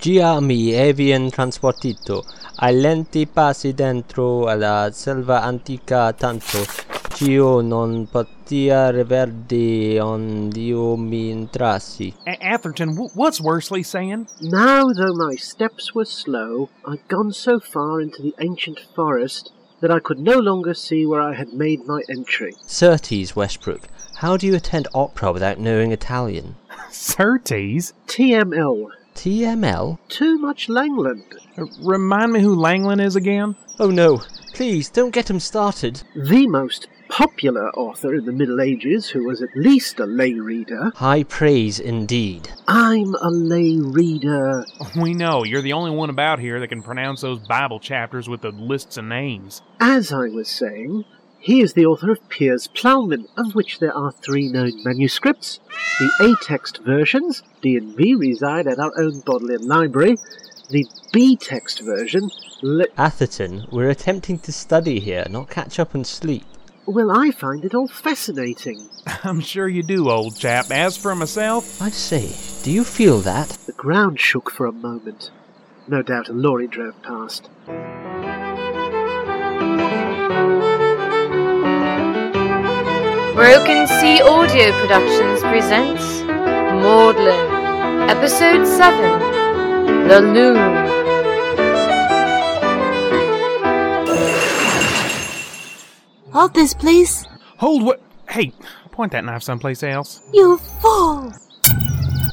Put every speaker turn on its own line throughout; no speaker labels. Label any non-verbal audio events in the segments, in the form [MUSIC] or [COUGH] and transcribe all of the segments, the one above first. Gia mi evien transportito, ai lenti passi dentro alla selva antica tanto, ch'io non potia reverdi ond'io mi intrassi.
A- Atherton, wh- what's Worsley saying?
Now, though my steps were slow, I'd gone so far into the ancient forest that I could no longer see where I had made my entry.
Certes, Westbrook, how do you attend opera without knowing Italian?
Certes.
TML.
TML?
Too much Langland.
R- Remind me who Langland is again?
Oh no, please don't get him started.
The most popular author in the Middle Ages who was at least a lay reader.
High praise indeed.
I'm a lay reader.
We know, you're the only one about here that can pronounce those Bible chapters with the lists of names.
As I was saying, he is the author of Piers Plowman, of which there are three known manuscripts. The A-text versions, D and B, reside at our own Bodleian Library. The B-text version, li-
Atherton, we're attempting to study here, not catch up and sleep.
well, I find it all fascinating.
[LAUGHS] I'm sure you do, old chap. As for myself,
I say, do you feel that?
The ground shook for a moment. No doubt a lorry drove past.
Broken Sea Audio Productions presents Maudlin, Episode 7 The Loom.
Hold this, please.
hold what? Hey, point that knife someplace else.
You fool!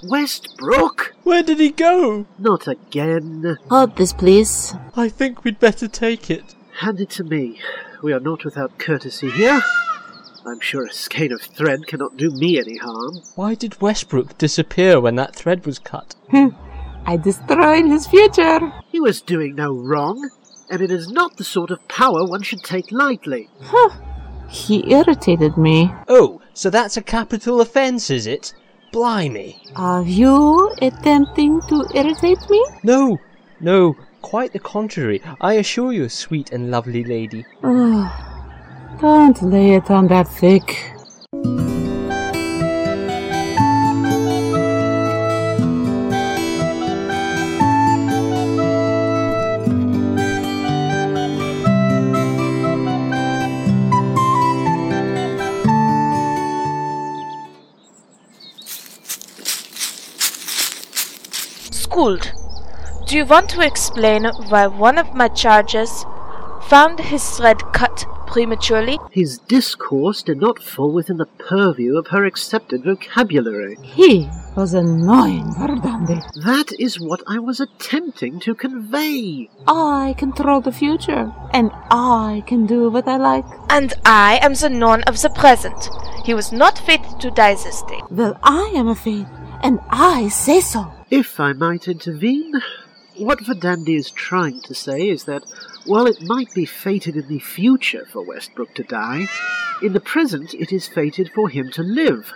Westbrook!
Where did he go?
Not again.
Hold this, please.
I think we'd better take it.
Hand it to me. We are not without courtesy here. I'm sure a skein of thread cannot do me any harm.
Why did Westbrook disappear when that thread was cut?
Hmm. I destroyed his future.
He was doing no wrong, and it is not the sort of power one should take lightly.
He irritated me.
Oh, so that's a capital offence, is it? Blimey.
Are you attempting to irritate me?
No, no, quite the contrary. I assure you, sweet and lovely lady.
Ugh. Oh. Don't lay it on that thick.
Skuld, do you want to explain why one of my charges found his thread cut prematurely?
His discourse did not fall within the purview of her accepted vocabulary.
He was annoying, Verdandi.
That is what I was attempting to convey.
I control the future, and I can do what I like.
And I am the non of the present. He was not fit to die this day.
Well, I am a fate, and I say so.
If I might intervene, what Verdandi is trying to say is that while it might be fated in the future for Westbrook to die, in the present it is fated for him to live.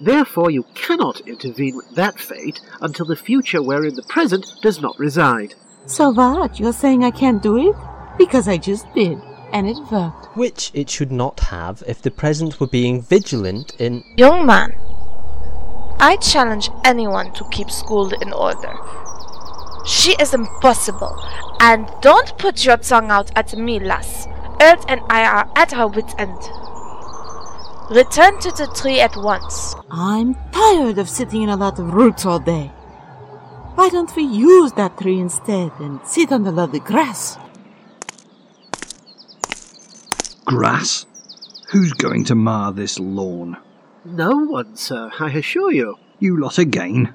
Therefore, you cannot intervene with that fate until the future wherein the present does not reside.
So what? You're saying I can't do it? Because I just did, and it worked.
Which it should not have if the present were being vigilant in.
Young man, I challenge anyone to keep Skuld in order. She is impossible. And don't put your tongue out at me, lass. Earth and I are at her wit's end. Return to the tree at once.
I'm tired of sitting in a lot of roots all day. Why don't we use that tree instead and sit on the lovely grass?
Grass? Who's going to mar this lawn?
No one, sir, I assure you.
You lot again?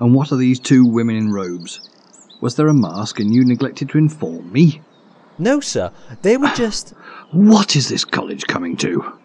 And what are these two women in robes? Was there a mask and you neglected to inform me?
No, sir, they were just.
What is this college coming to?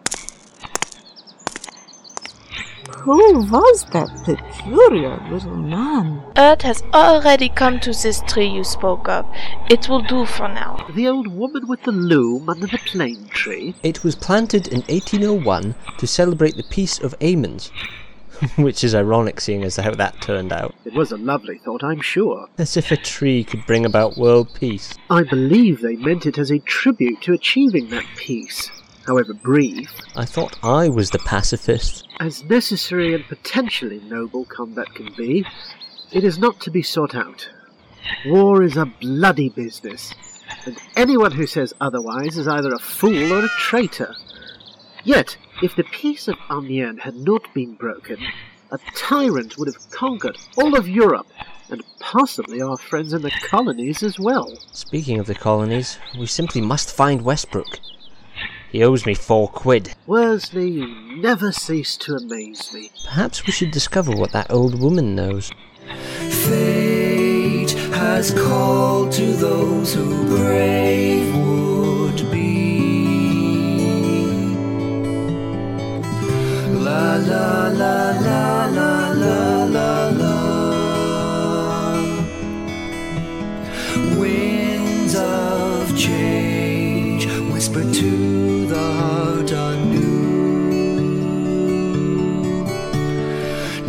Who was that peculiar little man?
Earth has already come to this tree you spoke of. It will do for now.
The old woman with the loom under the plane tree.
It was planted in 1801 to celebrate the Peace of Amiens, [LAUGHS] which is ironic seeing as how that turned out.
It was a lovely thought, I'm sure.
As if a tree could bring about world peace.
I believe they meant it as a tribute to achieving that peace, however brief.
I thought I was the pacifist.
As necessary and potentially noble combat can be, It is not to be sought out. War is a bloody business, and anyone who says otherwise is either a fool or a traitor. Yet, if the peace of Amiens had not been broken, a tyrant would have conquered all of Europe, and possibly our friends in the colonies as well.
Speaking of the colonies, we simply must find Westbrook. He owes me four quid.
Worsley, you never cease to amaze me.
Perhaps we should discover what that old woman knows.
Fate has called to those who brave would be. La la la la la la la la. Winds of change whisper to the heart anew.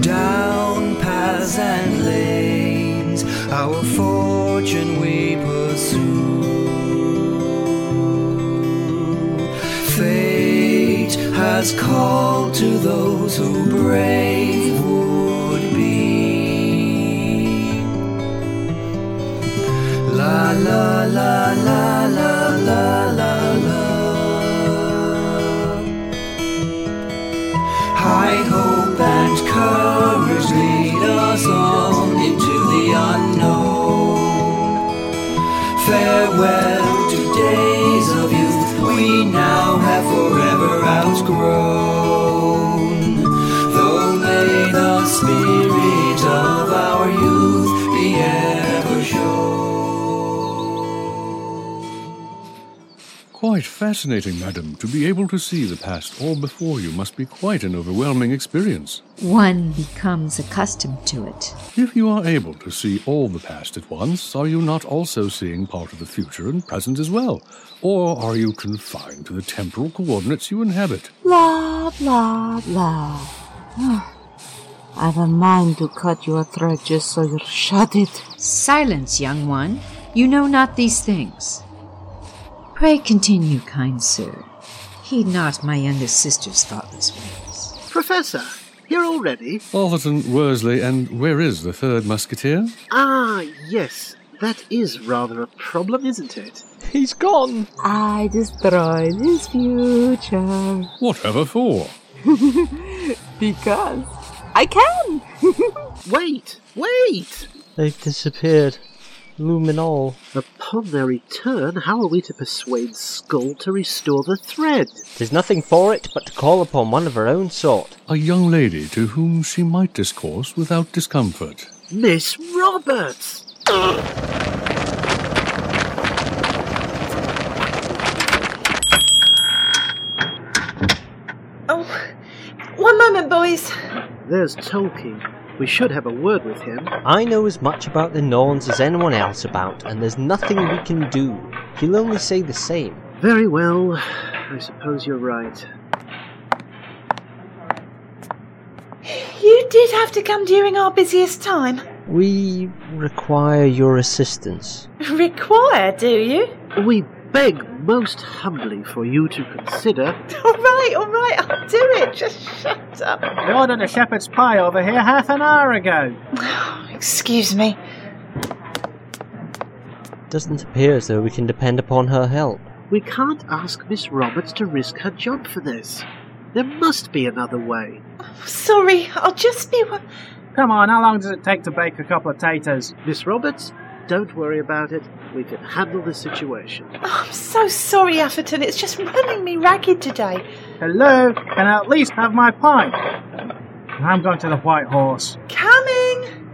Down paths and lanes, our fortune we pursue. Fate has called to those who brave would be. La la la la la la la la. High hope and courage lead us on into the unknown. Farewell to days of youth we now have forever outgrown. Though may the spirit of our youth be ever shown.
Quite fascinating, madam. To be able to see the past all before you must be quite an overwhelming experience.
One becomes accustomed to it.
If you are able to see all the past at once, are you not also seeing part of the future and present as well? Or are you confined to the temporal coordinates you inhabit?
Blah, blah, blah. Ah, I've a mind to cut your throat just so you'll shut it.
Silence, young one. You know not these things. Pray continue, kind sir. Heed not my younger sister's thoughtless ways.
Professor, here already?
Alverton, Worsley, and where is the third musketeer?
Ah, yes, that is rather a problem, isn't it?
He's gone!
I destroyed his future.
Whatever for?
Because I can!
Wait, wait!
They've disappeared. Luminol.
Upon their return, how are we to persuade Skull to restore the thread?
There's nothing for it but to call upon one of her own sort.
A young lady to whom she might discourse without discomfort.
Miss Roberts!
Oh, one moment, boys.
There's Tolkien. We should have a word with him.
I know as much about the Norns as anyone else about, and there's nothing we can do. He'll only say the same.
Very well. I suppose you're right.
You did have to come during our busiest time.
We require your assistance.
Require, do you?
We beg most humbly for you to consider.
[LAUGHS] All right, all right, I'll do it. Just shut up.
I ordered a shepherd's pie over here half an hour ago.
Excuse me.
Doesn't appear as though we can depend upon her help.
We can't ask Miss Roberts to risk her job for this. There must be another way.
Sorry, I'll just be one.
Come on, how long does it take to bake a couple of taters?
Miss Roberts, don't worry about it. We can handle the situation.
Oh, I'm so sorry, Atherton. It's just running me ragged today.
Hello, can I at least have my pie? I'm going to the White Horse.
Coming!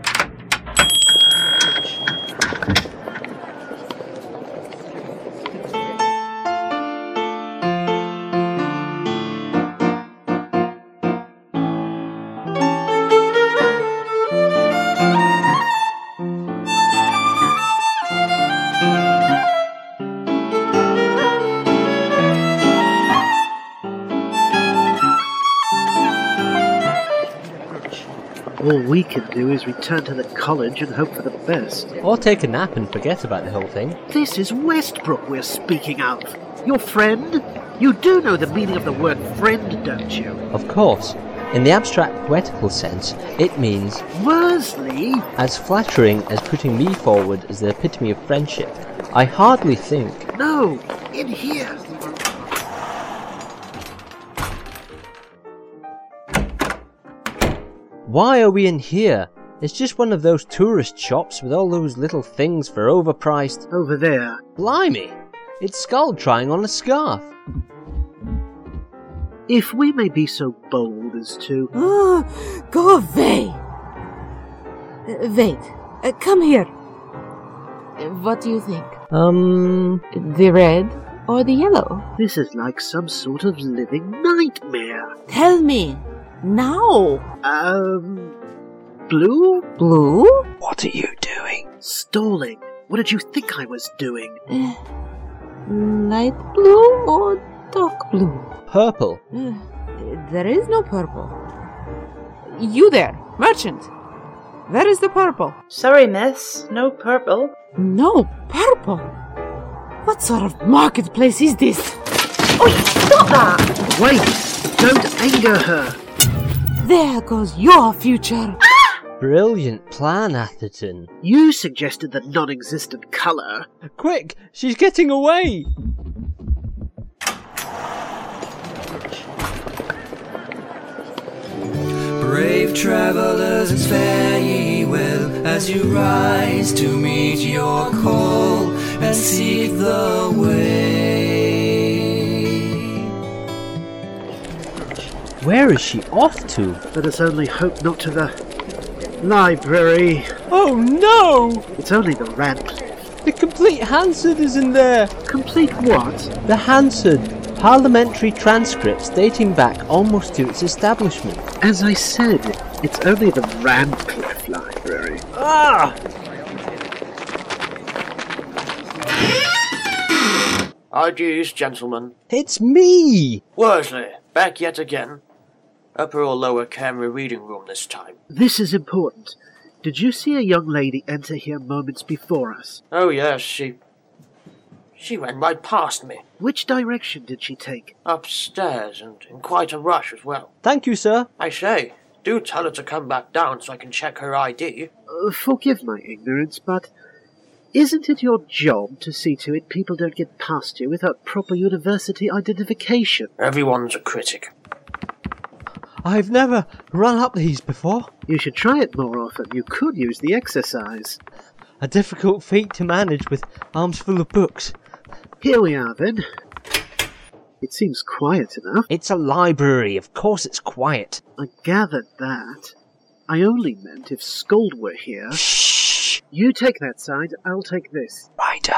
All we can do is return to the college and hope for the best.
Or take a nap and forget about the whole thing.
This is Westbrook we're speaking of. Your friend? You do know the meaning of the word friend, don't you?
Of course. In the abstract poetical sense, it means
Worsley?
as flattering as putting me forward as the epitome of friendship. I hardly think.
No! In here!
Why are we in here? It's just one of those tourist shops with all those little things for overpriced.
Over there.
Blimey! It's skull trying on a scarf.
If we may be so bold as to.
Oh, go away! Uh, wait, uh, come here. Uh, What do you think?
Um.
The red or the yellow?
This is like some sort of living nightmare.
Tell me. Now!
Um. Blue?
Blue?
What are you doing? Stalling. What did you think I was doing?
Uh, Light blue or dark blue?
Purple.
Uh, There is no purple. You there, merchant! Where is the purple?
Sorry, miss. No purple.
No purple? What sort of marketplace is this?
Stop that!
Wait! Don't anger her!
There goes your future!
Brilliant plan, Atherton.
You suggested the non existent colour.
Quick! She's getting away!
Brave travelers, fare ye well as you rise to meet your call and seek the way.
Where is she off to?
Let us only hope not to the. library.
Oh no!
It's only the rant.
The complete Hansard is in there!
Complete what?
The Hansard, parliamentary transcripts dating back almost to its establishment.
As I said, it's only the Radcliffe Library.
Ah!
Ah, geez, gentlemen.
It's me!
Worsley, back yet again. Upper or lower camera reading room this time.
This is important. Did you see a young lady enter here moments before us?
Oh, yes, she. She ran right past me,
Which direction did she take?
upstairs, and in quite a rush as well.
Thank you, sir.
I say, do tell her to come back down so I can check her ID.
Uh, forgive my ignorance, but isn't it your job to see to it people don't get past you without proper university identification?
Everyone's a critic.
I've never run up these before.
You should try it more often. You could use the exercise.
A difficult feat to manage with arms full of books.
Here we are, then. It seems quiet enough.
It's a library, of course it's quiet.
I gathered that. I only meant if Scold were here.
Shh!
You take that side, I'll take this.
Righto!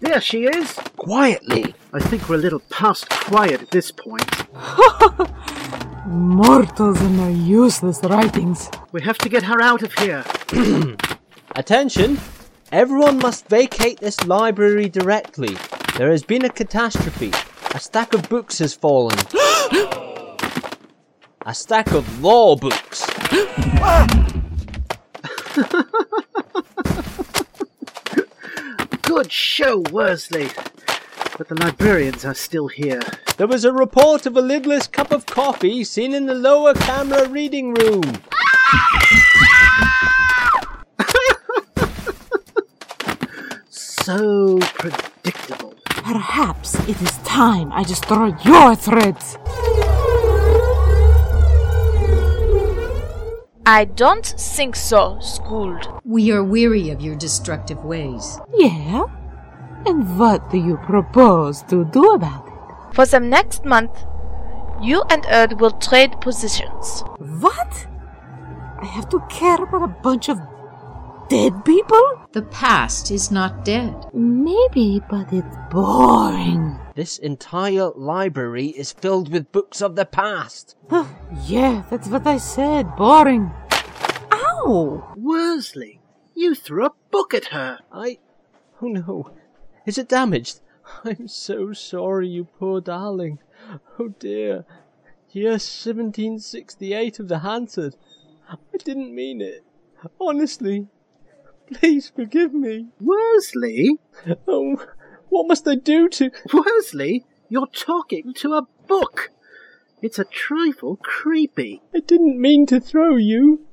There she is!
Quietly!
I think we're a little past quiet at this point.
Mortals and their useless writings.
We have to get her out of here.
Attention! Everyone must vacate this library directly. There has been a catastrophe. A stack of books has fallen. [GASPS] a stack of law books.
Good show, Worsley. But the librarians are still here.
There was a report of a lidless cup of coffee seen in the lower camera reading room.
So predictable.
Perhaps it is time I destroy your threads.
I don't think so, Skuld.
We are weary of your destructive ways.
Yeah? And what do you propose to do about it?
For the next month, you and Erd will trade positions.
What? I have to care about a bunch of dead people?
The past is not dead.
Maybe, but it's boring.
This entire library is filled with books of the past.
Huh, yeah, that's what I said. Boring. Ow!
Worsley, you threw a book at her.
I. Oh no. Is it damaged? I'm so sorry, you poor darling. Oh dear. Year 1768 of the Hansard. I didn't mean it. Honestly. Please forgive me.
Worsley?
Oh, what must I do to.
Worsley? You're talking to a book! It's a trifle creepy.
I didn't mean to throw you.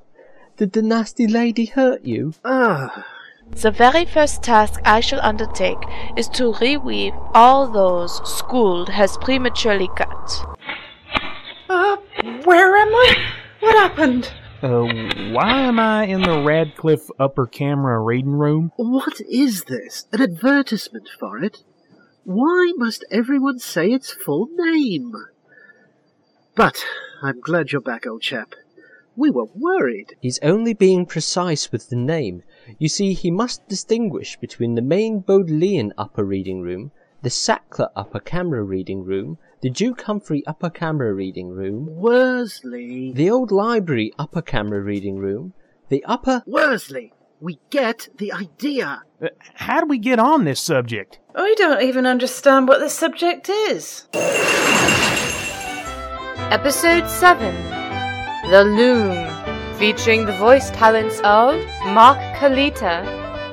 Did the nasty lady hurt you?
Ah.
The very first task I shall undertake is to reweave all those Skuld has prematurely cut.
Uh, where am I? What happened?
Uh, why am I in the Radcliffe upper camera reading room?
What is this? An advertisement for it? Why must everyone say its full name? But I'm glad you're back, old chap. We were worried.
He's only being precise with the name. You see, he must distinguish between the main Bodleian upper reading room, the Sackler upper camera reading room, the Duke Humphrey upper camera reading room,
Worsley.
the old library upper camera reading room, the upper.
Worsley, we get the idea.
Uh, How do we get on this subject?
I don't even understand what the subject is.
Episode 7 The Loom, featuring the voice talents of Mark Kalita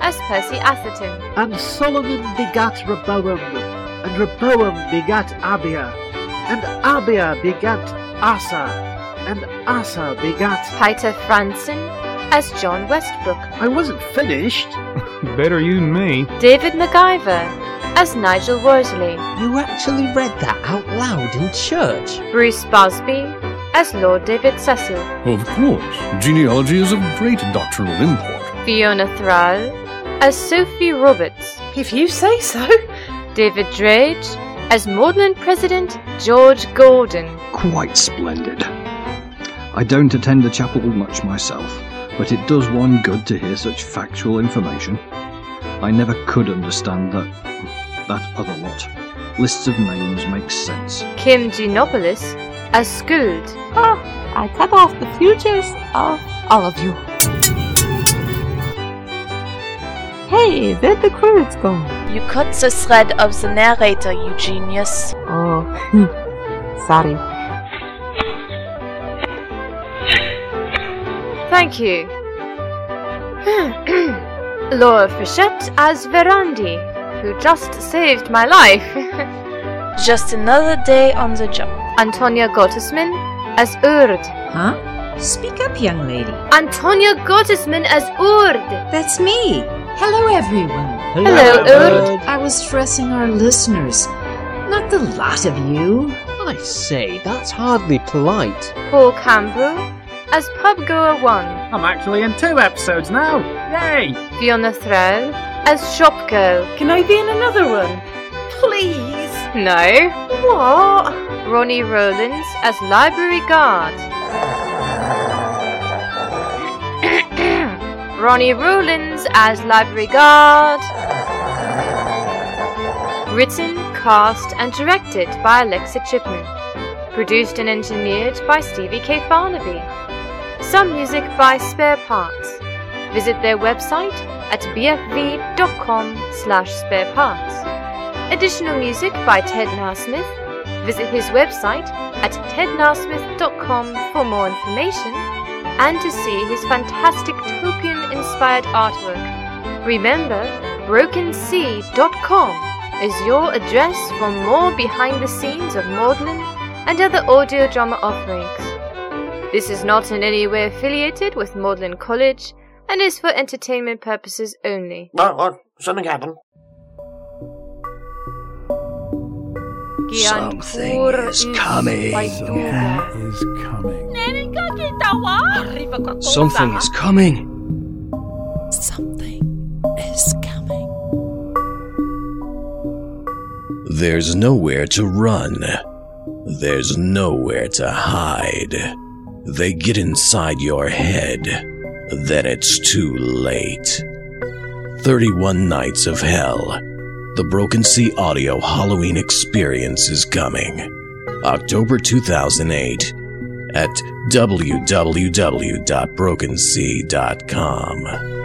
as Percy Atherton,
And Solomon begat Rehoboam, and Rehoboam begat Abia, and Abia begat Asa, and Asa begat.
Peter Franson as John Westbrook,
I wasn't finished.
Better you than me.
David MacGyver as Nigel Worsley,
You actually read that out loud in church.
Bruce Busby as Lord David Cecil,
Of course, genealogy is of great doctrinal import.
Fiona Thrall as Sophie Roberts,
If you say so. [LAUGHS]
David Drage as Maudlin President George Gordon,
Quite splendid. I don't attend the chapel much myself, but it does one good to hear such factual information. I never could understand that that other lot. Lists of names make sense.
Kim Genopoulos as Skuld,
Ah, I cut off the futures of all of you. Hey, there the credits go.
You cut the thread of the narrator, you genius.
Oh, [LAUGHS] hmm, sorry.
Thank you. [CLEARS THROAT] Laura Frechette as Verandi, who just saved my life. [LAUGHS]
Just another day on the job.
Antonia Gottesman as Urd.
Huh? Speak up, young lady.
Antonia Gottesman as Urd.
That's me. Hello, everyone.
Hello,
Hello,
I was stressing our listeners, not the lot of you.
I say, that's hardly polite.
Paul Campbell as Pubgoer One.
I'm actually in two episodes now. Yay!
Fiona Thrall as Shopgirl.
Can I be in another one? Please.
No.
What?
Ronnie Rowlands as Library Guard. [COUGHS] Ronnie Rowlands as Library Guard. Written, cast, and directed by Alexa Chipman. Produced and engineered by Stevie K. Farnaby. Some music by Spare Parts. Visit their website at bfv.com slash spare parts. Additional music by Ted Narsmith. Visit his website at tednarsmith.com for more information and to see his fantastic token-inspired artwork. Remember, brokensea.com is your address for more behind the scenes of Maudlin and other audio drama offerings. This is not in any way affiliated with Magdalen College and is for entertainment purposes only.
What? What? Something happened.
Something
Gyanpur
is coming.
Vaidura.
Is coming.
Something is coming.
Something is coming.
There's nowhere to run. There's nowhere to hide. They get inside your head. Then it's too late. 31 Nights of Hell. The Broken Sea Audio Halloween Experience is coming. October 2008 at www.brokensea.com.